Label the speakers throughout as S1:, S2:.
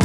S1: เ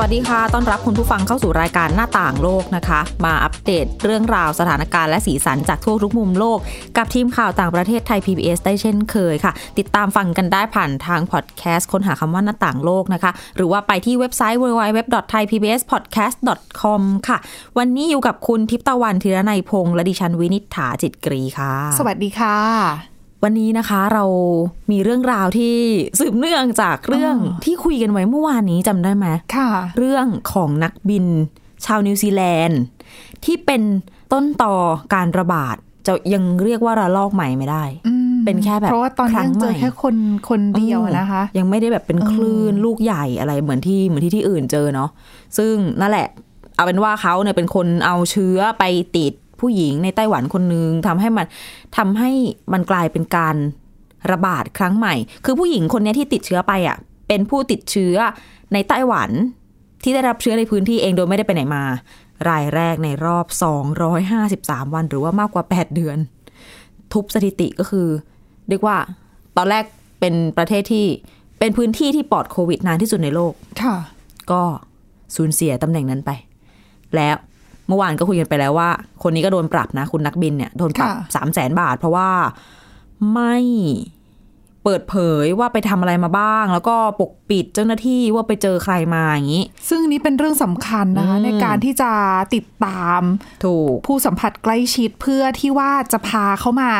S2: สวัสดีค่ะ ต้อนรับคุณผู้ฟังเข้าสู่รายการหน้าต่างโลกนะคะ มาอัปเดตเรื่องราวสถานการณ์และสีสันจากทั่วทุกมุมโลก กับทีมข่าวต่างประเทศไทย PBS ได้เช่นเคยค่ะ ติดตามฟังกันได้ผ่านทางพอดแคสต์ค้นหาคำว่าหน้าต่างโลกนะคะ หรือว่าไปที่เว็บไซต์ www.thaipbspodcast.com ค่ะ วันนี้อยู่กับคุณทิพย์ตะวันธีรนัยพงษ์และดิฉันวินิษฐาจิตกรีค่ะ
S3: สวัสดีค่ะ
S2: วันนี้นะคะเรามีเรื่องราวที่สืบเนื่องจากเรื่อง
S3: อ๋อ
S2: ที่คุยกันไว้เมื่อวานนี้จำได้ไหม
S3: ค่ะ
S2: เรื่องของนักบินชาวนิวซีแลนด์ ที่เป็นต้นต่อการระบาด จะยังเรียกว่าระลอกใหม่ไม่ได้
S3: อืม
S2: เป็นแค่แบบ
S3: เพราะว่าตอน
S2: ครั้ง
S3: นี้ยังเจอ
S2: ใหม่
S3: แค่คนคนเดียวอะนะคะ
S2: ยังไม่ได้แบบเป็น
S3: เออ
S2: คลื่นลูกใหญ่อะไรเหมือนที่เหมือนที่ที่อื่นเจอเนาะซึ่งนั่นแหละ เอาเป็นว่าเขาเนี่ยเป็นคนเอาเชื้อไปติดผู้หญิงในไต้หวันคนนึงทำให้มันทำให้มันกลายเป็นการระบาดครั้งใหม่ คือผู้หญิงคนเนี้ยที่ติดเชื้อไปอ่ะเป็นผู้ติดเชื้อในไต้หวัน ที่ได้รับเชื้อในพื้นที่เองโดยไม่ได้ไปไหนมา รายแรกในรอบ 253 วันหรือว่ามากกว่า 8 เดือน ทุบสถิติก็คือ เรียกว่าตอนแรกเป็นประเทศที่เป็นพื้นที่ที่ปลอดโควิดนานที่สุดในโลก
S3: ค่ะ
S2: ก็สูญเสียตำแหน่งนั้นไป แล้วเมื่อวานก็คุยกันไปแล้วว่า คนนี้ก็โดนปรับนะ คุณนักบินเนี่ยโดนปรับ
S3: ค่ะ
S2: สามแสนบาท เพราะว่าไม่เปิดเผยว่าไปทำอะไรมาบ้าง แล้วก็ปกปิดเจ้าหน้าที่ว่าไปเจอใครมาอย่างนี้
S3: ซึ่งอันนี้เป็นเรื่องสำคัญนะคะ
S2: อืม
S3: ในการที่จะติดตาม
S2: ถูก
S3: ผู้สัมผัสใกล้ชิดเพื่อที่ว่าจะพาเขามา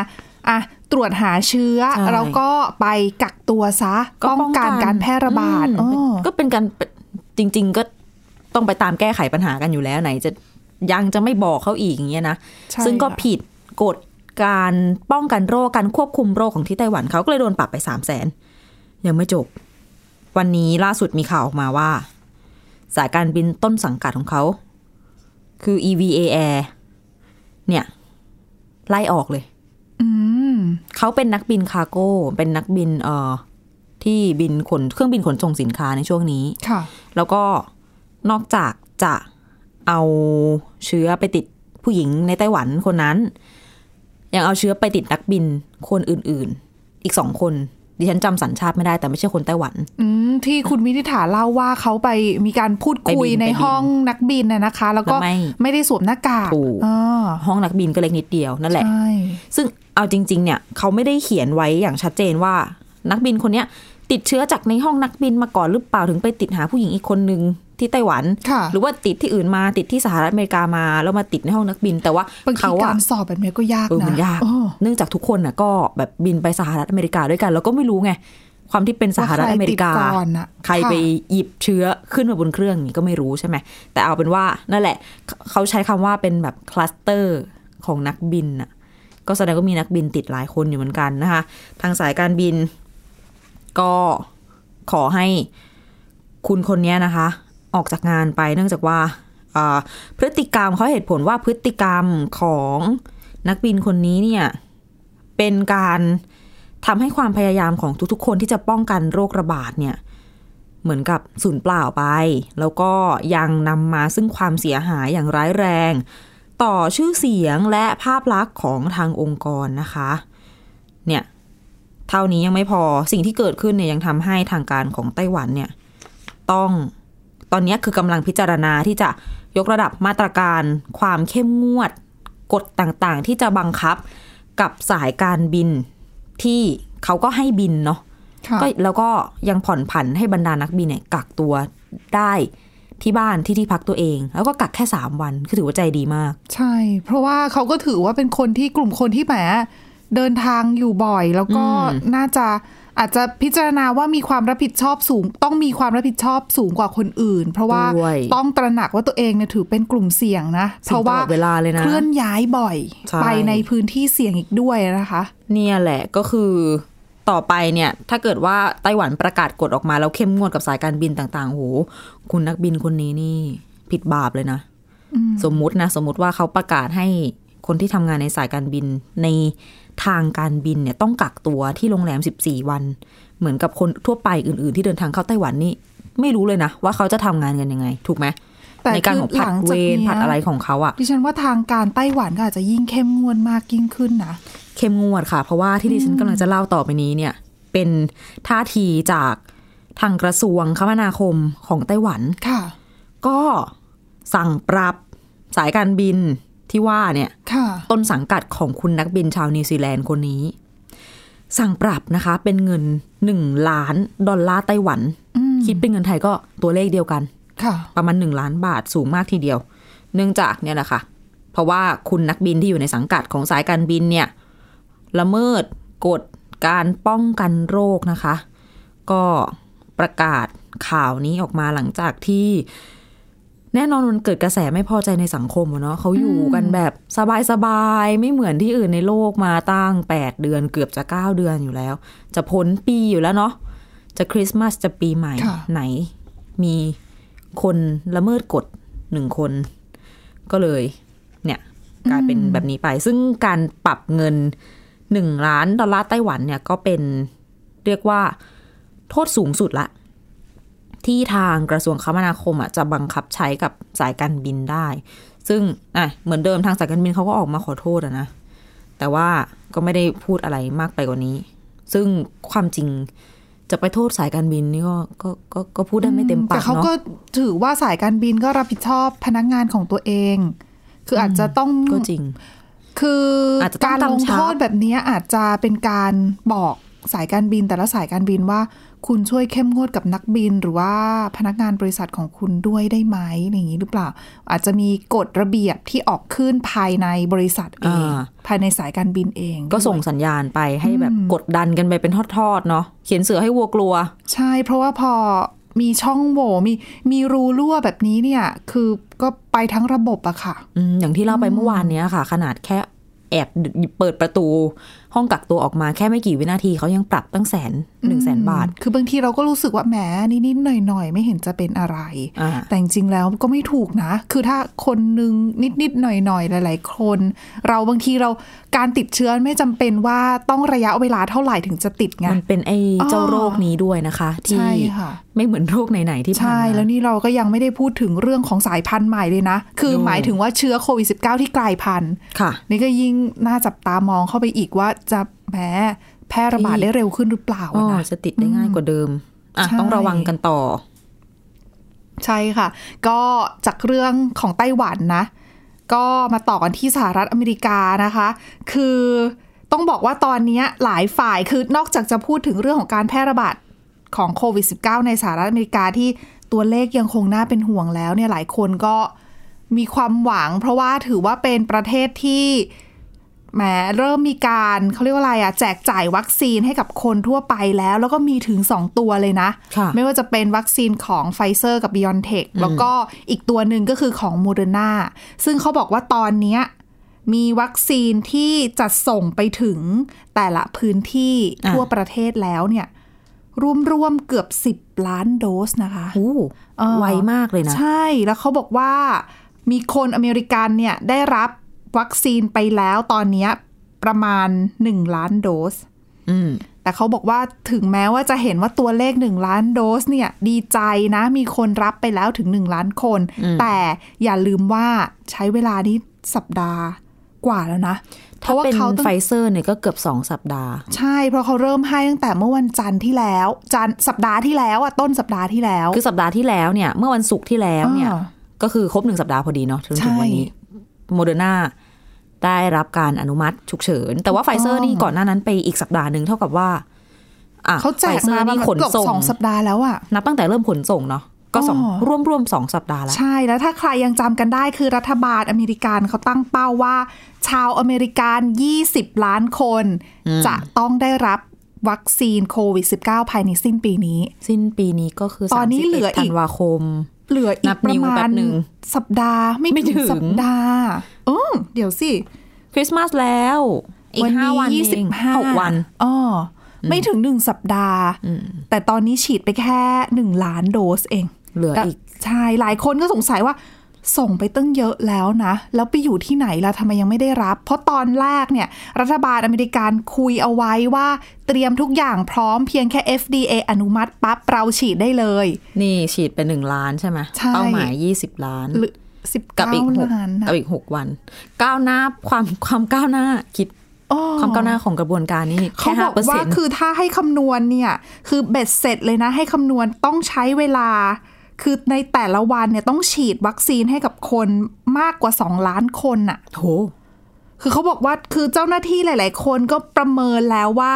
S3: อ่ะตรวจหาเชื้อ
S2: ใช่
S3: แล้วก็ไปกักตัวซะป้องกันการแพร่ระบาด
S2: อืม
S3: อ้อ
S2: ก็เป็นการเป็นจริง ๆ ก็ต้องไปตามแก้ไขปัญหากันอยู่แล้วไหน จะยังจะไม่บอกเขาอีกอย่างเงี้ยนะ
S3: ใช่
S2: ซึ่งก็
S3: ค่ะ
S2: ผิดกฎการป้องกันโรคการควบคุมโรคของที่ไต้หวันเขาก็เลยโดนปรับไปสามแสนยังไม่จบ วันนี้ล่าสุดมีข่าวออกมาว่า สายการบินต้นสังกัดของเขา คือ EVA Air เนี่ย ไล่ออกเลย
S3: อืม
S2: เขาเป็นนักบินคาร์โก้ เป็นนักบินเอ่อที่บินขนเครื่องบินขนส่งสินค้าในช่วงนี้
S3: ค่ะ
S2: แล้วก็นอกจากจะเอาเชื้อไปติดผู้หญิงในไต้หวันคนนั้น ยังเอาเชื้อไปติดนักบินคนอื่นๆ อีกสองคน ดิฉันจำสัญชาติไม่ได้แต่ไม่ใช่คนไต้หวัน
S3: อืมที่คุณวินิษฐาเล่าว่าเขาไปมีการพูดคุย
S2: ไปบิน
S3: ในห้องนักบินน่ะนะคะ แล้วก็
S2: แล้วไม่
S3: ไม่ได้สวมหน้ากาก
S2: ถูก
S3: อ่า
S2: ห้องนักบินก็เล็กนิดเดียวนั่นแหละ
S3: ใช่
S2: ซึ่งเอาจริง ๆ เนี่ยเขาไม่ได้เขียนไว้อย่างชัดเจนว่า นักบินคนเนี้ยติดเชื้อจากในห้องนักบินมาก่อนหรือเปล่าถึงไปติดหาผู้หญิงอีกคนนึงที่ไต้หวัน
S3: ค่ะ
S2: หรือว่าติดที่อื่นมาติดที่สหรัฐอเมริกามาแล้วมาติดในห้องนักบิน แต่ว่า
S3: บางที
S2: เขา
S3: กา
S2: อะ
S3: รสอบแบบนี้ก็ยาก
S2: เออ
S3: นะ
S2: มันยาก
S3: โอ้
S2: เนื่องจากทุกคนน่ะก็แบบบินไปสหรัฐอเมริกาด้วยกัน แล้วก็ไม่รู้ไง ความที่เป็นสหรัฐอเมริกา
S3: ว่ใคติดก่อนน่ะ
S2: ใครไป
S3: ะ
S2: หยิบเชื้อขึ้นมาบนเครื่องอย่างนี้ก็ไม่รู้ใช่ไหม แต่เอาเป็นว่านั่นแหละเขเขาใช้คำว่าเป็นแบบคลัสเตอร์ของนักบินน่ะ ก็แสดงว่ามีนักบินติดหลายคนอยู่เหมือนกันนะคะ ทางสายการบินก็ขอให้คุณคนเนี้ยนะคะ ออกจากงานไปเนื่องจากว่าอ่าพฤติกรรมเขาให้เหตุผลว่าพฤติกรรมของนักบินคนนี้เนี่ยเป็นการทำให้ความพยายามของทุกๆ คนที่จะป้องกันโรคระบาดเนี่ย เหมือนกับสูญเปล่าไป แล้วก็ยังนำมาซึ่งความเสียหายอย่างร้ายแรง ต่อชื่อเสียงและภาพลักษณ์ของทางองค์กรนะคะ เนี่ย เท่านี้ยังไม่พอสิ่งที่เกิดขึ้นเนี่ยยังทำให้ทางการของไต้หวันเนี่ย ต้องตอนนี้คือกำลังพิจารณาที่จะยกระดับมาตรการความเข้มงวดกฎต่างๆ ที่จะบังคับกับสายการบินที่เขาก็ให้บินเนาะ
S3: ค่ะ
S2: ก็แล้วก็ยังผ่อนผันให้บรรดานักบินเนี่ยกักตัวได้ที่บ้านที่ที่พักตัวเอง แล้วก็กักแค่ 3 วันคือถือว่าใจดีมาก
S3: ใช่ เพราะว่าเขาก็ถือว่าเป็นคนที่กลุ่มคนที่แหมเดินทางอยู่บ่อย แล้วก็
S2: อืม
S3: น่าจะอาจจะพิจารณาว่ามีความรับผิดชอบสูง ต้องมีความรับผิดชอบสูงกว่าคนอื่น เพราะว่า
S2: ด้วย
S3: ต้องตระหนักว่าตัวเองเนี่ยถือเป็นกลุ่มเสี่ยงนะเพ
S2: เพราะ
S3: ราะ
S2: ว่า
S3: ว่า
S2: เวลาเลยนะ
S3: เคลื่อนย้ายบ่อย
S2: ใช่
S3: ไปในพื้นที่เสี่ยงอีกด้วยนะคะ
S2: เนี่ยแหละก็คือต่อไปเนี่ย ถ้าเกิดว่าไต้หวันประกาศกฎออกมาแล้วเข้มงวดกับสายการบินต่างๆโหคุณนักบินคนนี้นี่ผิดบาปเลยนะ
S3: อืม
S2: สมมุตินะ สมมุติว่าเขาประกาศให้คนที่ทำงานในสายการบิน ในทางการบินเนี่ยต้องกักตัวที่โรงแรม 14 วัน เหมือนกับคนทั่วไปอื่น ๆ ที่เดินทางเข้าไต้หวันนี่ ไม่รู้เลยนะ ว่าเขาจะทำงานกันยังไง ถูกไหม
S3: แต่
S2: ในการของ
S3: คือห
S2: ผัด
S3: ลัง
S2: เว
S3: จาก
S2: ร
S3: เนี้ย
S2: ผัดอะไรของเขาอะ
S3: ดิฉันว่าทางการไต้หวันก็อาจจะยิ่งเข้มงวดมากยิ่งขึ้นนะ
S2: เข้มงวดค่ะ เพราะว่าที่ดิฉันกำลังจะเล่าต่อไปนี้เนี่ย เป็นท่าทีจากทางกระทรวงคมนาคมของไต้หวัน
S3: ค่ะ
S2: ก็สั่งปรับสายการบินที่ว่าเนี่ย
S3: ค่ะ
S2: ต้นสังกัดของคุณนักบินชาวนิวซีแลนด์คนนี้ สั่งปรับนะคะ เป็นเงิน 1 ล้านดอลลาร์ไต้หวัน
S3: อืม
S2: คิดเป็นเงินไทยก็ตัวเลขเดียวกัน
S3: ค่ะ
S2: ประมาณ 1 ล้านบาทสูงมากทีเดียว เนื่องจากเนี่ยแหละค่ะ เพราะว่าคุณนักบินที่อยู่ในสังกัดของสายการบินเนี่ย ละเมิดกฎการป้องกันโรคนะคะ ก็ประกาศข่าวนี้ออกมาหลังจากที่ แน่นอนมันเกิดกระแสไม่พอใจในสังคมอะเนาะเขาอยู่กันแบบสบายๆ ไม่เหมือนที่อื่นในโลกมาตั้ง 8 เดือนเกือบจะ 9 เดือนอยู่แล้ว จะพ้นปีอยู่แล้วเนาะจะคริสต์มาสจะปีใหม่
S3: ค่ะ
S2: ไหน มีคนละเมิดกฎหนึ่งคน ก็เลย เนี่ยกลายเป็นแบบนี้ไป ซึ่งการปรับเงินหนึ่งล้านดอลลาร์ไต้หวันเนี่ยก็เป็นเรียกว่าโทษสูงสุดละ ที่ทางกระทรวงคมนาคมอ่ะจะบังคับใช้กับสายการบินได้ ซึ่งอ่ะเหมือนเดิมทางสายการบินเขาก็ออกมาขอโทษอะนะ แต่ว่าก็ไม่ได้พูดอะไรมากไปกว่านี้ ซึ่งความจริงจะไปโทษสายการบินนี่ก็ก็ก็ก็พูดได้ไม่เต็มปาก
S3: แต่เขา
S2: เนาะ
S3: ก็ถือว่าสายการบินก็รับผิดชอบพนักงานของตัวเอง คืออาจจะต้อง
S2: ก็จริง
S3: คืออา
S2: อาจจะต้อง
S3: การลง
S2: กำชับ
S3: โทษแบบนี้อาจจะเป็นการบอกสายการบินแต่ละสายการบินว่า คุณช่วยเข้มงวดกับนักบิน หรือว่าพนักงานบริษัทของคุณด้วยได้ไหมอย่างนี้หรือเปล่า อาจจะมีกฎระเบียบที่ออกขึ้นภายในบริษัทเอง
S2: อ่า
S3: ภายในสายการบินเอง
S2: ก็ส่ง
S3: ด้วย
S2: สัญญาณไปให้แบบกดดันกันไปเป็นทอดๆเนาะเขียนเสือให้วัวกลัว
S3: ใช่ เพราะว่าพอมีช่องโหว่มีมีรูรั่วแบบนี้เนี่ย คือก็ไปทั้งระบบอะค่ะ
S2: อืมอย่างที่เล่าไปเมื่อวานเนี้ยค่ะ ขนาดแค่แอบเปิดประตู ห้องกักตัวออกมาแค่ไม่กี่วินาทีเขายังปรับตั้งแสนหนึ่งแสนบาท
S3: คือบางทีเราก็รู้สึกว่าแหมนิดๆหน่อยๆ ไม่เห็นจะเป็นอะไร
S2: อ่า
S3: แต่จริงๆแล้วก็ไม่ถูกนะ คือถ้าคนหนึงนิดๆหน่อยๆ หลายๆ คน เราบางทีเราการติดเชื้อไม่จำเป็นว่าต้องระยะเวลาเท่าไหร่ถึงจะติดไง
S2: มันเป็นไอ้เจ้า
S3: อ๋อ
S2: โรคนี้ด้วยนะคะ ที่
S3: ใช่ค่ะ
S2: ไม่เหมือนโรคไหน ๆ ที่ผ่าน
S3: ใช่
S2: มา
S3: แล้วนี่เราก็ยังไม่ได้พูดถึงเรื่องของสายพันธุ์ใหม่เลยนะ คือ
S2: โอ้
S3: หมายถึงว่าเชื้อโควิด -19 ที่กลายพันธุ์
S2: ค่ะ
S3: นี่ก็ยิ่งน่าจับตามองเข้าไปอีกว่าจะแหมแพร่ระบาดได้เร็วขึ้นหรือเปล่า
S2: อ๋
S3: อะ
S2: อ
S3: นะ
S2: จะติดได้ง่ายกว่าเดิม อ่ะ
S3: ใช่
S2: ต้องระวังกันต่อ
S3: ใช่ค่ะ ก็จากเรื่องของไต้หวันนะ ก็มาต่อกันที่สหรัฐอเมริกานะคะ คือต้องบอกว่าตอนเนี้ยหลายฝ่ายคือนอกจากจะพูดถึงเรื่องของการแพร่ระบาดของโควิด -19 ในสหรัฐอเมริกาที่ตัวเลขยังคงน่าเป็นห่วงแล้วเนี่ยหลายคนก็มีความหวัง เพราะว่าถือว่าเป็นประเทศที่ แหมเริ่มมีการเขาเรียกว่าอะไรอะแจกจ่ายวัคซีนให้กับคนทั่วไปแล้ว แล้วก็มีถึง 2 ตัวเลยนะ
S2: ค่ะ
S3: ไม่ว่าจะเป็นวัคซีนของไฟเซอร์กับ b ิ o n t e c h แล้วก็อีกตัวหนึ่งก็คือของโมเดอร์นาซึ่งเขาบอกว่าตอนเนี้ยมีวัคซีนที่จัดส่งไปถึงแต่ละพื้นที่ทั่วประเทศแล้วเนี่ยรวมๆเกือบ 10 ล้านโดสนะคะ
S2: โอ้
S3: เออ
S2: ไวมากเลยนะ
S3: ใช่ แล้วเขาบอกว่ามีคนอเมริกันเนี่ยได้รับวัคซีนไปแล้วตอนเนี้ยประมาณ 1 ล้านโดส
S2: อืม
S3: แต่เขาบอกว่าถึงแม้ว่าจะเห็นว่าตัวเลข 1 ล้านโดสเนี่ยดีใจนะ มีคนรับไปแล้วถึง 1 ล้านคน แต่อย่าลืมว่าใช้เวลานี้สัปดาห์กว่าแล้วนะ เพ
S2: ถ้า
S3: ราะว่า
S2: เป็น
S3: เขาต้อง
S2: ไฟเซอร์เนี่ยก็เกือบสองสัปดาห์
S3: ใช่ เพราะเขาเริ่มให้ตั้งแต่เมื่อวันจันทร์ที่แล้ว จันทร์สัปดาห์ที่แล้วอ่ะต้นสัปดาห์ที่แล้ว
S2: คือสัปดาห์ที่แล้วเนี่ย เมื่อวันศุกร์ที่แล้วเนี่ย
S3: อ่า
S2: ก็คือครบหนึ่งสัปดาห์พอดีเนาะจนถึ
S3: ใช่
S2: งวันนี้โมเดอร์นาได้รับการอนุมัติฉุกเฉิน แต่ว่าไฟเซอร์นี่ก่อนหน้านั้นไปอีกสัปดาห์หนึ่งเท่ากับว่าอ่ะ
S3: เขาแจ
S2: ไฟ
S3: ก
S2: เซอ
S3: มา
S2: ร์
S3: ประ
S2: นี่
S3: มาณ
S2: ขน
S3: เกือบ
S2: ส่ง
S3: สองสัปดาห์แล้วอ่ะ
S2: นับตั้งแต่เริ่มขนส่งเนาะก็สอง
S3: อ๋อ
S2: ร่วมร่วมๆสองสัปดาห์แล้ว
S3: ใช่แล้วถ้าใครยังจำกันได้คือรัฐบาลอเมริกันเขาตั้งเป้าว่า ชาวอเมริกัน 20 ล้านคน จะต้องได้รับวัคซีนโควิด -19 ภายในสิ้นปีนี้
S2: สิ้นปีนี้ก็คือ
S3: ตอนนี้
S2: 31
S3: เหลืออี
S2: ธั
S3: ก
S2: นวาคม
S3: เหลืออี
S2: นั
S3: ก
S2: บ
S3: ป
S2: นิ้
S3: ระ
S2: ว
S3: มา
S2: แป๊
S3: ณ
S2: บหนึ่ง
S3: สัปดาห์ไม่
S2: ไม่ถึ
S3: ถึง
S2: ง
S3: สัปดาห์เออเดี๋ยวสิ
S2: คริสต์มาสแล้ว อีกห้าวัน
S3: ยี่
S2: เอ
S3: สิบ
S2: ง
S3: ห้า
S2: หกวัน
S3: อ๋ออไม่ถึงหนึ่งสัปดาห์ แต่ตอนนี้ฉีดไปแค่หนึ่งล้านโดสเอง
S2: เหลืออีก
S3: ใช่ หลายคนก็สงสัยว่า ส่งไปตั้งเยอะแล้วนะ แล้วไปอยู่ที่ไหนล่ะทำไมยังไม่ได้รับ เพราะตอนแรกเนี่ย รัฐบาลอเมริกันคุยเอาไว้ว่าเตรียมทุกอย่างพร้อมเพียงแค่ FDA อนุมัติปั๊บเราฉีดได้เลย
S2: นี่ฉีดไปหนึ่งล้านใช่ไหม
S3: ใช่
S2: เป้าหมายยี่สิบล้าน
S3: หรือสิบ
S2: กับอี
S3: เก้า
S2: กหก
S3: ล้านนะ
S2: กับอีกหกวัน ก้าวหน้าความความก้าวหน้าคิด
S3: อ้อ
S2: ความก้าวหน้าของกระบวนการนี่
S3: เขา
S2: แค่
S3: บ
S2: ห้า
S3: อก
S2: เปอร์
S3: ว่า
S2: เซ็นต์
S3: คือถ้าให้คำนวณเนี่ย คือเบ็ดเสร็จเลยนะ ให้คำนวณต้องใช้เวลา คือในแต่ละวันเนี่ยต้องฉีดวัคซีนให้กับคนมากกว่า 2 ล้านคนน่ะ
S2: โห
S3: คือเขาบอกว่าคือเจ้าหน้าที่หลาย ๆ คนก็ประเมินแล้วว่า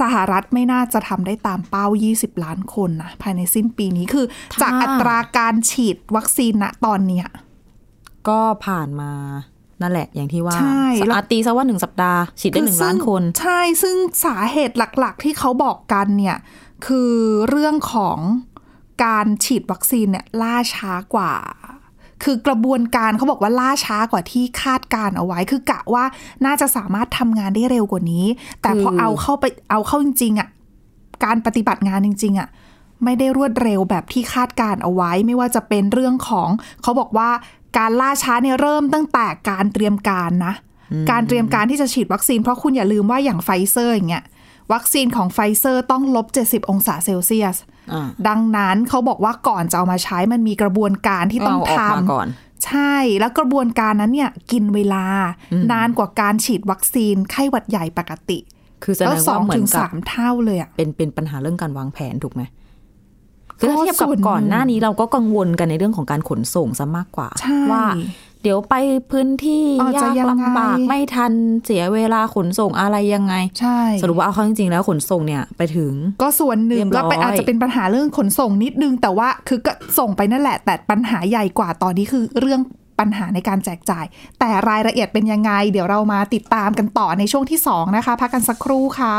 S3: สหรัฐไม่น่าจะทำได้ตามเป้า 20 ล้านคนนะภายในสิ้นปีนี้คือ จากอัตราการฉีดวัคซีนณตอนเนี้ย
S2: ก็ผ่านมานั่นแหละอย่างที่ว่า
S3: ใช่แล้ว
S2: อาตีซะว่าหนึ่งสัปดาห์ ฉีดได้หนึ่งล้าน
S3: ซึ่
S2: คน
S3: ใช่ซึ่งสาเหตุหลักๆ ที่เขาบอกกันเนี่ย คือเรื่องของการฉีดวัคซีนเนี่ยล่าช้ากว่า คือกระบวนการเขาบอกว่าล่าช้ากว่าที่คาดการเอาไว้ คือกะว่าน่าจะสามารถทำงานได้เร็วกว่านี้ แต่พอ
S2: คือ
S3: เอาเข้าไปเอาเข้าจริงๆอ่ะการปฏิบัติงานจริง ๆอ่ะไม่ได้รวดเร็วแบบที่คาดการเอาไว้ ไม่ว่าจะเป็นเรื่องของเขาบอกว่าการล่าช้าเนี่ยเริ่มตั้งแต่การเตรียมการนะ การเตรียมการที่จะฉีดวัคซีนเพราะคุณอย่าลืมว่าอย่างไฟเซอร์อย่างเงี้ยวัคซีนของไฟเซอร์ต้องลบ 70 องศาเซลเซียส
S2: อ่า
S3: ดังนั้นเขาบอกว่าก่อนจะเอามาใช้มันมีกระบวนการที่ต้อง
S2: เาออกมา
S3: ทำ
S2: ก่อน
S3: ใช่ แล้วกระบวนการนั้นเนี่ยกินเวลา นานกว่าการฉีดวัคซีนไข้หวัดใหญ่ปกติ
S2: คือแสด
S3: แล้ว
S2: ง
S3: สอ
S2: ว่างเหมือ
S3: ถึ
S2: น
S3: ง
S2: กับ
S3: สามเท่าเลยอ่ะ
S2: เป็นเป็นปัญหาเรื่องการวางแผนถูกไหมคือถ้า
S3: ก็
S2: เทียบกับ
S3: ส่วนหนึ่ง
S2: ก่อนหน้านี้เราก็กังวลกันในเรื่องของการขนส่งซะมากกว่า
S3: ใช่
S2: ว่า เดี๋ยวไปพื้นที่
S3: เออจะ
S2: ยาก
S3: ยังไง
S2: ลำบากไม่ทันเสียเวลาขนส่งอะไรยังไง
S3: ใช่
S2: สรุปว่าเอาเข้าจริงๆแล้วขนส่งเนี่ยไปถึง
S3: ก็ส่วนหนึ่ง
S2: เรียบร้
S3: แล้
S2: อ
S3: วย ไปอาจจะเป็นปัญหาเรื่องขนส่งนิดนึง แต่ว่าคือก็ส่งไปนั่นแหละ แต่ปัญหาใหญ่กว่าตอนนี้คือเรื่องปัญหาในการแจกจ่าย แต่รายละเอียดเป็นยังไง เดี๋ยวเรามาติดตามกันต่อในช่วงที่สองนะคะพักกันสักครู่ค่ะ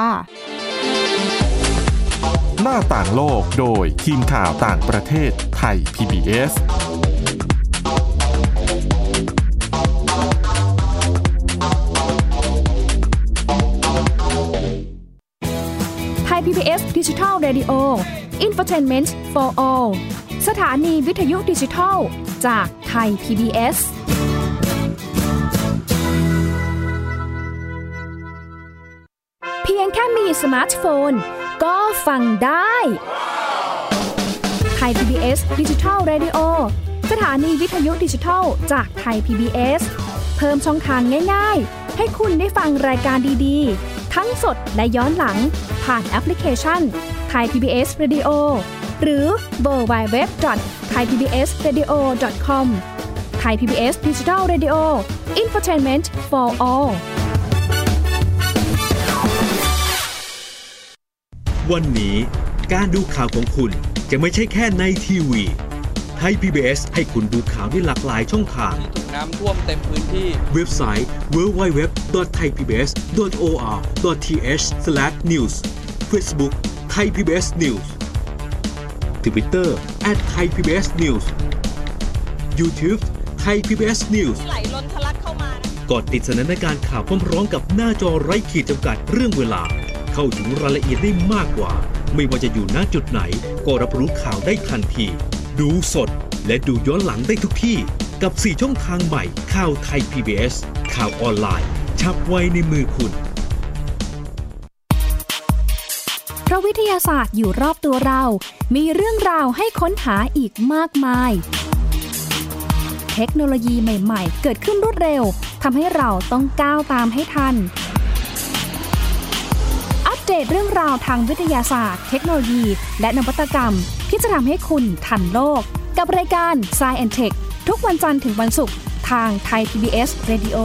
S1: หน้าต่างโลกโดยทีมข่าวต่างประเทศไทย PBS
S4: ไทย PBS d i g i ดิจิ Radio Infotainment for All สถานีวิทยุดิจิทัล จากไทย PBS เพียงแค่มีสมาร์ทโฟน ก็ฟังได้ไทย PBS d i g i ดิจิ Radio สถานีวิทยุดิจิทัล จากไทย PBS เพิ่มช่องทางง่าย ๆ ให้คุณได้ฟังรายการดีๆ ทั้งสดและย้อนหลัง ผ่านแอปพลิเคชันไทย PBS Radio หรือเวอร์ไบเว็บไทยพีบีเอสเรดิโอคอมไทยพีบีเอสดิจิทัลเรดิโออินฟอร์ทนเมนต์ for all
S5: วันนี้การดูข่าวของคุณจะไม่ใช่แค่ในทีวีไทย PBS ให้คุณดูข่าวได้หลากหลายช่องทาง
S6: ที่ถูกน้ำท่วมเต็มพื้นที่
S5: เว็บไซต์ www.thaipbs.or.th/news Facebook Thai PBS News Twitter @thaipbsnews YouTube Thai PBS News
S7: ไหลล้นทะลักเข้ามานะ
S5: ก่อนติดสนันในการข่าวพร้อมร้องกับหน้าจอไร้ขีดจำกัดเรื่องเวลา เข้าถึงรายละเอียดได้มากกว่า ไม่ว่าจะอยู่ณจุดไหน ก็รับรู้ข่าวได้ทันที ดูสดและดูย้อนหลังได้ทุกที่ กับ 4 ช่องทางใหม่ข่าวไทย PBS ข่าวออนไลน์ ชับไว้ในมือคุณ
S4: เพราะวิทยาศาสตร์อยู่รอบตัวเรา มีเรื่องราวให้ค้นหาอีกมากมาย เทคโนโลยีใหม่ ๆ เกิดขึ้นรวดเร็ว ทำให้เราต้องก้าวตามให้ทัน อัปเดตเรื่องราวทางวิทยาศาสตร์ เทคโนโลยี และนวัตกรรม ที่จะทำให้คุณทันโลก กับรายการ s c i e n t e c h ทุกวันจันทร์ถึงวันศุกร์ ทางไทย PBS Radio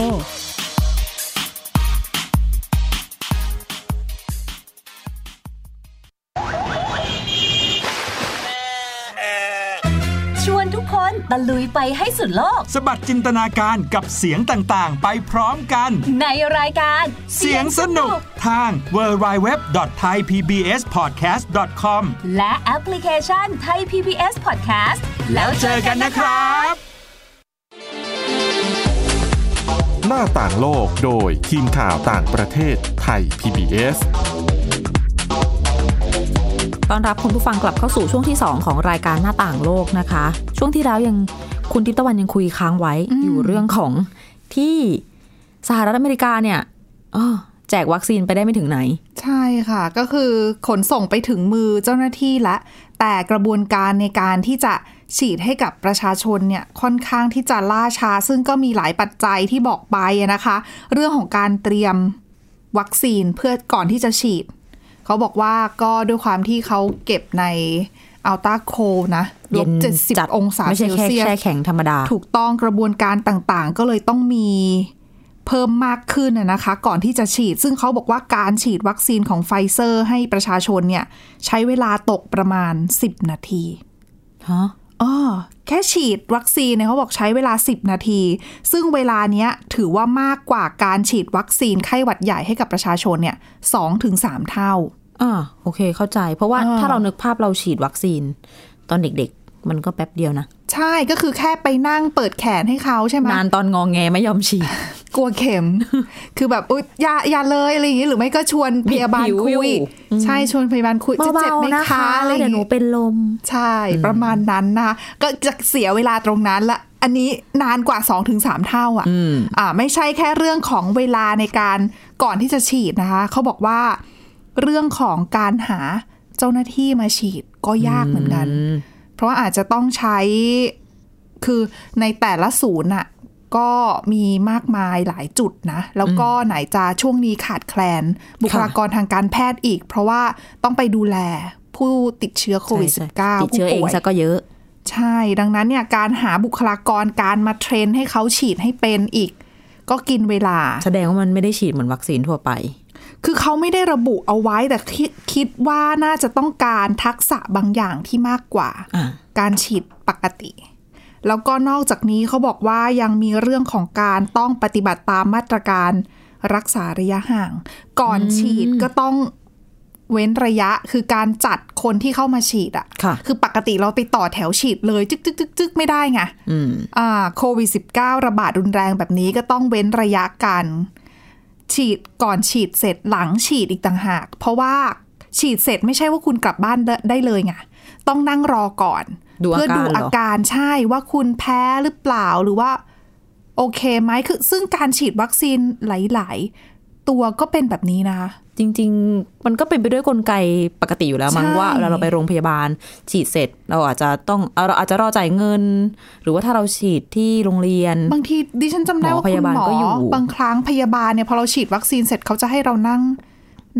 S8: ชวนทุกคนตะลุยไปให้สุดโลก
S9: สะบัดจินตนาการกับเสียงต่าง ๆ ไปพร้อมกัน
S8: ในรายการ
S9: เสียงสนุกทาง www.thaipbspodcast.com
S8: และแอปพลิเคชันไทย PBS Podcast
S9: แล้วเจอกันนะครับ
S1: หน้าต่างโลกโดยทีมข่าวต่างประเทศไทย PBS
S2: ต้อนรับคุณผู้ฟังกลับเข้าสู่ช่วงที่ 2 ของรายการหน้าต่างโลกนะคะ ช่วงที่แล้วยัง คุณทิพย์ตะวันยังคุยค้างไว้อยู่เรื่องของที่สหรัฐอเมริกาเนี่ยเออแจกวัคซีนไปได้ไม่ถึงไหน
S3: ใช่ค่ะ ก็คือขนส่งไปถึงมือเจ้าหน้าที่และ แต่กระบวนการในการที่จะฉีดให้กับประชาชนเนี่ยค่อนข้างที่จะล่าช้า ซึ่งก็มีหลายปัจจัยที่บอกไปอะนะคะ เรื่องของการเตรียมวัคซีนเพื่อก่อนที่จะฉีด เขาบอกว่าก็ด้วยความที่เขาเก็บในอัลตาโคนะล
S2: เย็
S3: บ
S2: น
S3: เจ็ดสิบ
S2: จัด
S3: องศา
S2: ไม่
S3: เซ
S2: ใช่
S3: ล
S2: แค่
S3: เซียส
S2: แช่แข็งธรรมดา
S3: ถูกต้องกระบวนการต่างๆ ก็เลยต้องมีเพิ่มมากขึ้นน่ะนะคะ ก่อนที่จะฉีด ซึ่งเขาบอกว่าการฉีดวัคซีนของไฟเซอร์ให้ประชาชนเนี่ย ใช้เวลาตกประมาณ 10 นาที
S2: ฮะ
S3: อ๋อแค่ฉีดวัคซีนเนี่ยเขาบอกใช้เวลา 10 นาที ซึ่งเวลาเนี้ยถือว่ามากกว่าการฉีดวัคซีนไข้หวัดใหญ่ให้กับประชาชนเนี่ยสองถึงสามเท่า
S2: อ่าโอเคเข้าใจ เพราะว่า
S3: อ่า
S2: ถ้าเรานึกภาพเราฉีดวัคซีน ตอนเด็กๆ มันก็แป๊บเดียวนะ
S3: ใช่ก็คือแค่ไปนั่งเปิดแขนให้เขาใช่ไหม
S2: นานตอนงองแงไม่ยอมฉีด
S3: กลัวเข็ ม คือแบบอุ๊ยอย่าอย่าเลยอะไรอย่างนี้หรือไม่ก็ชวนพยาบาล
S2: บิดผิว
S3: คุ
S2: อยู่
S3: ย ใช่ชวนพยาบาลคุยจะเจ็บไหมคะอะไรอ
S2: เดี๋ย
S3: ย่าวง
S2: หนู
S3: นี้
S2: เป็นลม
S3: ใช่ประมาณนั้นนะคะก็จะเสียเวลาตรงนั้นละอันนี้นานกว่า 2-3 เท่าอ่ะอ่า ไม่ใช่แค่เรื่องของเวลาในการก่อนที่จะฉีดนะคะ เขาบอกว่าเรื่องของการหาเจ้าหน้าที่มาฉีดก็ยากเหมือนกัน เพราะว่าอาจจะต้องใช้ คือในแต่ละศูนย์อ่ะก็มีมากมายหลายจุดนะ แล้วก็ไหนจะช่วงนี้ขาดแคลน บุคลากรทางการแพทย์อีก เพราะว่าต้องไปดูแลผู้ติดเชื้อโควิด
S2: ใช่
S3: -19
S2: ติดเชื้อเองซะก็เยอะ
S3: ใช่ ดังนั้นเนี่ยการหาบุคลากรการมาเทรนให้เขาฉีดให้เป็นอีก ก็กินเวลา
S2: แสดงว่ามันไม่ได้ฉีดเหมือนวัคซีนทั่วไป
S3: คือเขาไม่ได้ระบุเอาไว้แต่คิดคิดว่าน่าจะต้องการทักษะบางอย่างที่มากกว่า
S2: อ่า
S3: การฉีดปกติ แล้วก็นอกจากนี้เขาบอกว่ายังมีเรื่องของการต้องปฏิบัติตามมาตรการรักษาระยะห่าง ก่อนฉีดก็ต้องเว้นระยะคือการจัดคนที่เข้ามาฉีดอะ
S2: ค่ะ
S3: คือปกติเราไปต่อแถวฉีดเลยจึกจึกจึกจึกไม่ได้ไง
S2: อืม
S3: อ่าโควิด -19 ระบาดรุนแรงแบบนี้ก็ต้องเว้นระยะกัน ฉีดก่อนฉีดเสร็จหลังฉีดอีกต่างหาก เพราะว่าฉีดเสร็จไม่ใช่ว่าคุณกลับบ้านได้ได้เลยไงต้องนั่งรอก่อน
S2: ดูอาการ
S3: เพื่อดู
S2: เหรอ
S3: อาการใช่ว่าคุณแพ้หรือเปล่าหรือว่า โอเคไหมคือซึ่งการฉีดวัคซีนหลาย ๆ ตัวก็เป็นแบบนี้นะคะ
S2: จริง ๆ มันก็เป็นไปด้วยกลไกปกติอยู่แล้วมั้ง
S3: ใช่
S2: ว่าเวลาเราไปโรงพยาบาล ฉีดเสร็จ เราอาจจะต้องเอาเราอาจจะรอจ่ายเงิน หรือว่าถ้าเราฉีดที่โรงเรียน
S3: บางทีดิฉันจำได้
S2: หมอ
S3: ว่าคุ
S2: พ
S3: ณ
S2: ยาบาล
S3: หมอ
S2: ก็อยู่
S3: บางครั้งพยาบาลเนี่ยพอเราฉีดวัคซีนเสร็จเขาจะให้เรานั่ง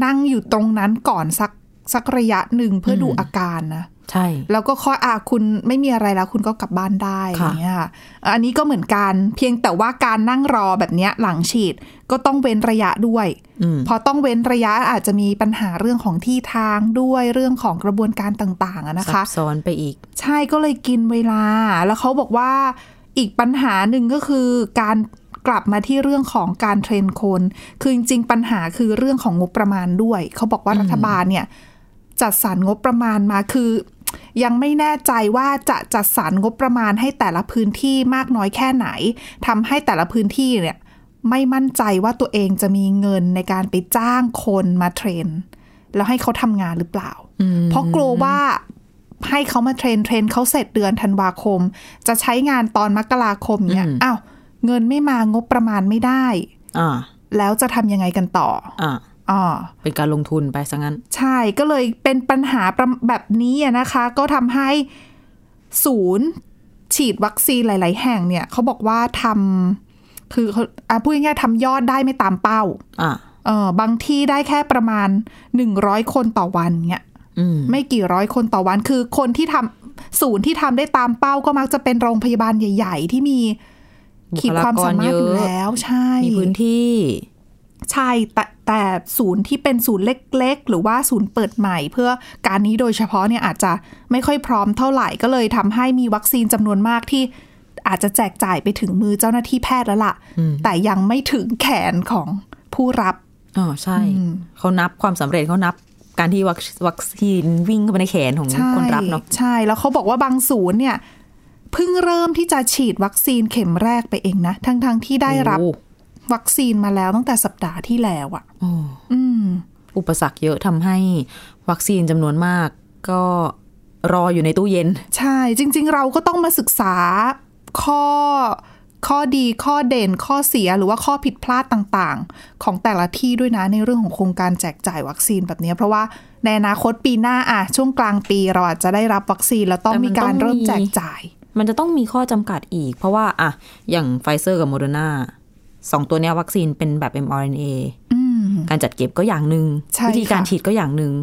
S3: นั่งอยู่ตรงนั้นก่อนสักสักระยะหนึ่งเพื่อดูอาการนะ
S2: ใช่
S3: แล้วก็ค่อยอ่ะคุณไม่มีอะไรแล้ว คุณก็กลับบ้านได้อ
S2: ค่ะ
S3: ย่างเงี้ยค่ะอันนี้ก็เหมือนกัน เพียงแต่ว่าการนั่งรอแบบเนี้ยหลังฉีดก็ต้องเว้นระยะด้วย
S2: อืม
S3: พอต้องเว้นระยะอาจจะมีปัญหาเรื่องของที่ทางด้วยเรื่องของกระบวนการต่างๆอะนะ
S2: ซั
S3: คะ
S2: บซ้อนไปอีก
S3: ใช่ก็เลยกินเวลา แล้วเขาบอกว่าอีกปัญหาหนึ่งก็คือการกลับมาที่เรื่องของการเทรนคน คือจริงๆปัญหาคือเรื่องของงบประมาณด้วย เขาบอกว่ารัฐบาลเนี่ยจัดสรรงบประมาณมาคือ ยังไม่แน่ใจว่าจะจัดสรรงบประมาณให้แต่ละพื้นที่มากน้อยแค่ไหนทำให้แต่ละพื้นที่เนี่ยไม่มั่นใจว่าตัวเองจะมีเงินในการไปจ้างคนมาเทรน แล้วให้เขาทำงานหรือเปล่า เพราะกลัวว่าให้เขามาเทรนเทรนเขาเสร็จเดือนธันวาคม จะใช้งานตอนมกราคมเนี่ยอ้าวเงินไม่มางบประมาณไม่ได้
S2: อ่า
S3: แล้วจะทำยังไงกันต่อ
S2: อ่า
S3: อ่อ
S2: เป็นการลงทุนไปซะงั้น
S3: ใช่ก็เลยเป็นปัญหาประแบบนี้อะนะคะ ก็ทำให้ศูนย์ฉีดวัคซีนหลาย ๆ แห่งเนี่ยเขาบอกว่าทำคือเขาอ่ะพูดง่ายๆทำยอดได้ไม่ตามเป้า
S2: อ่า
S3: เออบางที่ได้แค่ประมาณ 100 คนต่อวันเนี่ย
S2: อืม
S3: ไม่กี่ร้อยคนต่อวัน คือคนที่ทำศูนย์ที่ทำได้ตามเป้าก็มักจะเป็นโรงพยาบาลใหญ่ ๆ ที่มีขีดความสามารถอยู่แล้วใช่
S2: มีพื้นที่
S3: ใช่แต่แต่ศูนย์ที่เป็นศูนย์เล็ก ๆ หรือว่าศูนย์เปิดใหม่ เพื่อการนี้โดยเฉพาะเนี่ยอาจจะไม่ค่อยพร้อมเท่าไหร่ก็เลยทำให้มีวัคซีนจำนวนมากที่อาจจะแจกจ่ายไปถึงมือเจ้าหน้าที่แพทย์แล้วล่ะ แต่ยังไม่ถึงแขนของผู้รับ
S2: อ๋อ ใช่ เขานับความสำเร็จเขานับการที่วัควัคซีนวิ่งเข้าไปในแขนของ
S3: ใช่
S2: คนรับเนาะ
S3: ใช่แล้วเขาบอกว่าบางศูนย์เนี่ยเพิ่งเริ่มที่จะฉีดวัคซีนเข็มแรกไปเองนะทั้งๆที่ได้รับ
S2: โอ้
S3: วัคซีนมาแล้วตั้งแต่สัปดาห์ที่แล้วอะอืม
S2: อุปสรรคเยอะทำให้วัคซีนจำนวนมาก ก็รออยู่ในตู้เย็น
S3: ใช่จริง ๆ เราก็ต้องมาศึกษา ข้อข้อดีข้อเด่นข้อเสียหรือว่าข้อผิดพลาดต่างๆ ของแต่ละที่ด้วยนะในเรื่องของโครงการแจกจ่ายวัคซีนแบบเนี้ยเพราะว่าในอนาคตปีหน้าอะช่วงกลางปีเราอาจจะได้รับวัคซีนแล้วต้อง
S2: แต่มั
S3: มี
S2: น
S3: กา
S2: ต้
S3: ร
S2: อง
S3: เริ่ม
S2: มี
S3: แจกจ่าย
S2: มันจะต้องมีข้อจำกัดอีก เพราะว่าอะอย่างไฟเซอร์กับโมเดอร์นาสองตัวเนี้ยวัคซีนเป็นแบบ mRNA
S3: อืม
S2: การจัดเก็บก็อย่างหนึ่ง
S3: ใช่
S2: วิธีการ
S3: ค่ะ
S2: ฉีดก็อย่างหนึ่ง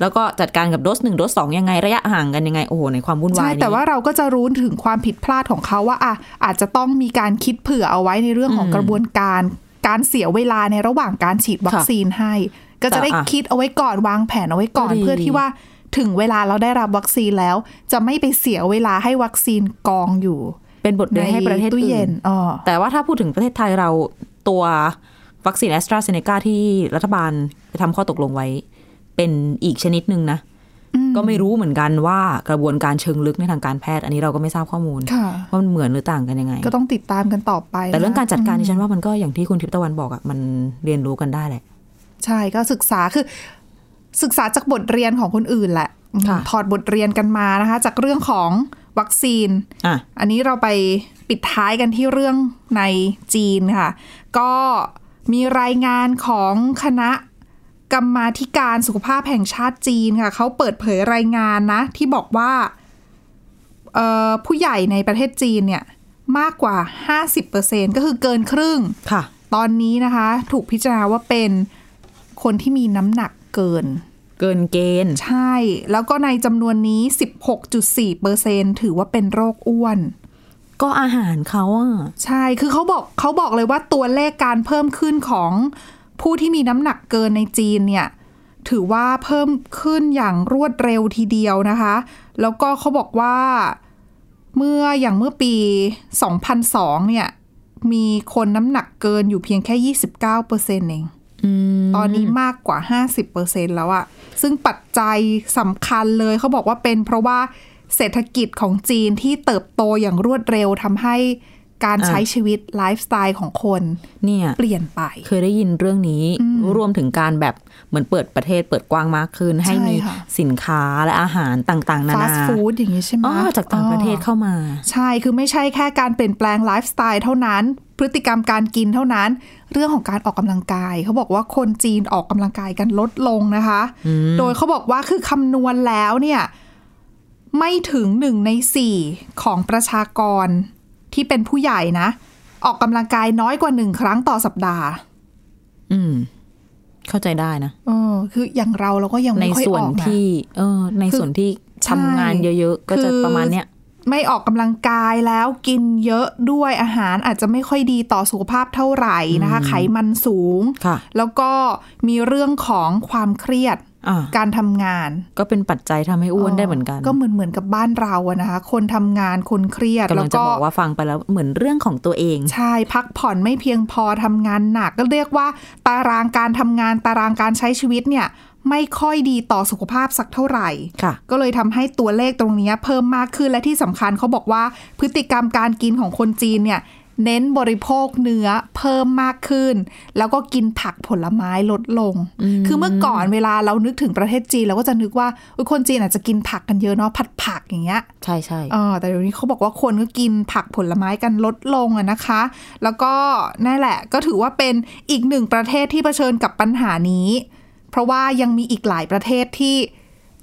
S2: แล้วก็จัดการกับโดสหนึ่งโดสสองยังไงระยะห่างกันยังไงโอ้โหในความวุ่นวาย
S3: ใช่
S2: นี้
S3: แต่ว่าเราก็จะรู้ถึงความผิดพลาดของเขาว่าอ่ะอาจจะต้องมีการคิดเผื่อเอาไว้ในเรื่องของกระบวนการ การเสียเวลาในระหว่างการฉีดวัคซีนให้ ก็จะได้
S2: แต่อ่ะ
S3: คิดเอาไว้ก่อนวางแผนเอาไว้ก่อน
S2: ก็ดี
S3: เพื่อที่ว่าถึงเวลาเราได้รับวัคซีนแล้ว จะไม่ไปเสียเวลาให้วัคซีนกองอยู่
S2: เป็นบทเรียนให้ประเทศ
S3: ตู้
S2: อื่
S3: เย็
S2: น
S3: นอ๋อ
S2: แต่ว่าถ้าพูดถึงประเทศไทยเราตัววัคซีนแอสตราเซเนกาที่รัฐบาลไปทำข้อตกลงไว้ เป็นอีกชนิดหนึ่งนะ ก็ไม่รู้เหมือนกันว่ากระบวนการเชิงลึกในทางการแพทย์ อันนี้เราก็ไม่ทราบข้อมูล
S3: ค่ะ
S2: ว่ามันเหมือนหรือต่างกันยังไง
S3: ก็ต้องติดตามกันต่อไป
S2: แต่เรื่อง
S3: นะ
S2: การจัดการดิฉันว่ามันก็อย่างที่คุณทิพย์ตะวันบอกอะมันเรียนรู้กันได้แหละ
S3: ใช่ก็ศึกษาคือศึกษาจากบทเรียนของคนอื่นแหละ
S2: ค่ะ
S3: ถอดบทเรียนกันมานะคะ จากเรื่องของวัคซีน
S2: อ่ะ
S3: อันนี้เราไปปิดท้ายกันที่เรื่องในจีนค่ะ ก็มีรายงานของคณะกรรมาธิการสุขภาพแห่งชาติจีนค่ะเขาเปิดเผยรายงานนะ ที่บอกว่าเอ่อผู้ใหญ่ในประเทศจีนเนี่ยมากกว่า 50%ก็คือเกินครึ่ง
S2: ค่ะ
S3: ตอนนี้นะคะถูกพิจารณาว่าเป็นคนที่มีน้ำหนักเกิน
S2: เกินเกณฑ์
S3: ใช่ แล้วก็ในจำนวนนี้ 16.4%ถือว่าเป็นโรคอ้วน
S2: ก็อาหารเขาอะ
S3: ใช่ คือเขาบอกเขาบอกเลยว่าตัวเลขการเพิ่มขึ้นของผู้ที่มีน้ำหนักเกินในจีนเนี่ย ถือว่าเพิ่มขึ้นอย่างรวดเร็วทีเดียวนะคะ แล้วก็เขาบอกว่าเมื่ออย่างเมื่อปี 2002 เนี่ย มีคนน้ำหนักเกินอยู่เพียงแค่ 29%เอง
S2: อืม
S3: ตอนนี้มากกว่า 50%แล้วอะซึ่งปัจจัยสำคัญเลยเขาบอกว่าเป็นเพราะว่าเศรษฐกิจของจีนที่เติบโตอย่างรวดเร็วทำให้การใช้ชีวิตไลฟ์สไตล์ของคน
S2: เนี่ย
S3: เปลี่ยนไป
S2: เคยได้ยินเรื่องนี้รวมถึงการแบบเหมือนเปิดประเทศเปิดกว้างมากขึ้น ให้มี
S3: ค่ะ
S2: สินค้าและอาหารต่างๆ นา
S3: ฟา
S2: นา
S3: สต์ฟู้ดอย่างนี้ใช่ไหม
S2: อ๋อจากต่างประเทศ
S3: อ๋อ
S2: เข้ามา
S3: ใช่ คือไม่ใช่แค่การเปลี่ยนแปลงไลฟ์สไตล์เท่านั้น พฤติกรรมการกินเท่านั้น เรื่องของการออกกำลังกาย เขาบอกว่าคนจีนออกกำลังกายกันลดลงนะคะ โดยเขาบอกว่าคือคำนวณแล้วเนี่ยไม่ถึงหนึ่งในสี่ของประชากรที่เป็นผู้ใหญ่นะ ออกกำลังกายน้อยกว่าหนึ่งครั้งต่อสัปดาห์
S2: อืม เข้าใจได้นะ
S3: เออคืออย่างเราเราก็ยัง
S2: ใน
S3: ไม่ค่อย
S2: ส่วน
S3: ออกนะ
S2: ที่ เออ ใน
S3: คือ
S2: ส่วนที่
S3: ใช่
S2: ทำงานเยอะๆ ก็จะ
S3: คือ
S2: ประมาณเนี้ย
S3: ไม่ออกกำลังกายแล้วกินเยอะด้วยอาหารอาจจะไม่ค่อยดีต่อสุขภาพเท่าไหร่นะคะ ไขมันสูง
S2: ค่ะ
S3: แล้วก็มีเรื่องของความเครียด
S2: อ่า
S3: การทำงาน
S2: ก็เป็นปัจจัยทำให้อ้วนได้เหมือนกัน
S3: ก็เหมือนเหมือนกับบ้านเราอะนะคะ คนทำงานคนเครียด
S2: กำ
S3: แล้
S2: ลั
S3: ว
S2: งจะ
S3: ก็
S2: บอกว่าฟังไปแล้วเหมือนเรื่องของตัวเอง
S3: ใช่พักผ่อนไม่เพียงพอทำงานหนัก ก็เรียกว่า ตารางการทำงานตารางการใช้ชีวิตเนี่ย ไม่ค่อยดีต่อสุขภาพสักเท่าไหร่
S2: ค่ะ
S3: ก็เลยทำให้ตัวเลขตรงเนี้ยเพิ่มมากขึ้นและที่สำคัญเขาบอกว่าพฤติกรรมการกินของคนจีนเนี่ย เน้นบริโภคเนื้อเพิ่มมากขึ้น แล้วก็กินผักผลไม้ลดลง คือเมื่อก่อนเวลาเรานึกถึงประเทศจีนเราก็จะนึกว่าอุ๊ยคนจีนอาจจะกินผักกันเยอะเนาะผัดผักอย่างเงี้ย
S2: ใช่ใช่
S3: เออแต่เดี๋ยวนี้เขาบอกว่าคนก็กินผักผลไม้กันลดลงอะนะคะ แล้วก็นั่นแหละก็ถือว่าเป็นอีกหนึ่งประเทศที่เผชิญกับปัญหานี้ เพราะว่ายังมีอีกหลายประเทศที่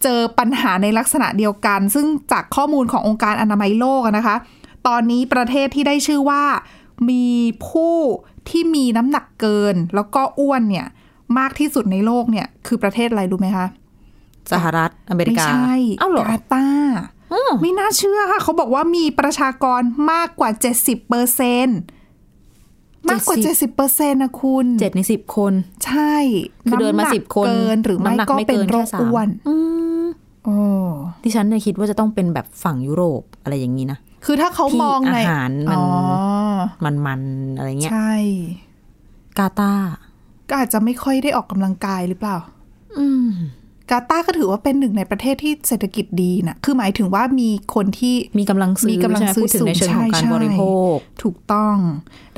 S3: เจอปัญหาในลักษณะเดียวกัน ซึ่งจากข้อมูลขององค์การอนามัยโลกอะนะคะ ตอนนี้ประเทศที่ได้ชื่อว่ามีผู้ที่มีน้ำหนักเกิน แล้วก็อ้วนเนี่ยมากที่สุดในโลกเนี่ยคือประเทศอะไรรู้ไหมคะ
S2: สหรัฐอเมริกา
S3: ไม่ใช่
S2: เอ้าวเหรอ
S3: กาตาร์ไม่น่าเชื่อค่ะ เขาบอกว่ามีประชากรมากกว่า 70เปอร์เซนมากกว่า 70เปอร์เซนนะคุณ
S2: เจ็ดในสิบคน
S3: ใช่
S2: คือเดินมา
S3: ำหก
S2: สิบคน
S3: เกินหรือไม่
S2: น้ำหนัก
S3: ก็
S2: ไม่
S3: เป็
S2: เกิ
S3: น
S2: น
S3: โร
S2: แค่
S3: ค
S2: สาม
S3: อ้วน
S2: อืม
S3: โอ้
S2: ที่ฉันเนี่ยคิดว่าจะต้องเป็นแบบฝั่งยุโรปอะไรอย่างนี้นะ
S3: คือถ้าเขามองใน
S2: ที่อาหารมัน
S3: อ๋อ
S2: มันๆอะไรเงี้ย
S3: ใช่
S2: กาตาร์
S3: ก็อาจจะไม่ค่อยได้ออกกำลังกายหรือเปล่า กาตาร์ก็ถือว่าเป็นหนึ่งในประเทศที่เศรษฐกิจดีนะคือหมายถึงว่ามีคนที่
S2: มีกำลังซื้อ
S3: มีกำลัง
S2: ใช่ไหพูด
S3: ซื้อ
S2: ถึงในเชิง
S3: สูง
S2: ของการ
S3: ใช่
S2: บริโภค
S3: ถูกต้อง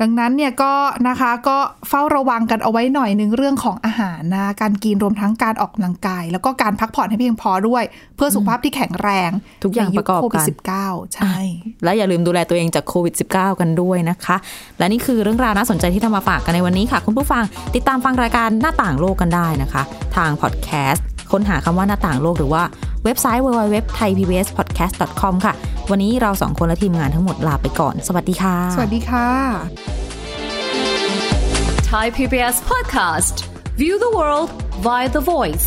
S3: ดังนั้นเนี่ยก็นะคะก็เฝ้าระวังกันเอาไว้หน่อยหนึงเรื่องของอาหารนะการกินรวมทั้งการออกกำลังกาย แล้วก็การพักผ่อนให้เพียงพอด้วย เพื่อสุขภาพที่แข็งแรง
S2: ทุกอย่าง
S3: ใน
S2: ประกอบ
S3: โควิด
S2: กัน
S3: สิบเก้าใช่
S2: และอย่าลืมดูแลตัวเองจากโควิด -19 กันด้วยนะคะ และนี่คือเรื่องราวน่าสนใจที่ทำมาฝากกันในวันนี้ค่ะ คุณผู้ฟังติดตามฟังรายการหน้าต่างโลกกันได้นะคะ ทางพอดแคสต์ค้นหาคำว่าหน้าต่างโลกหรือว่าเว็บไซต์ www.thaipbspodcast.com ค่ะ วันนี้เราสองคนและทีมงานทั้งหมดลาไปก่อน สวัสดีค่ะ
S3: สวัสดีค่ะ
S6: Thai PBS podcast. View the world via the voice.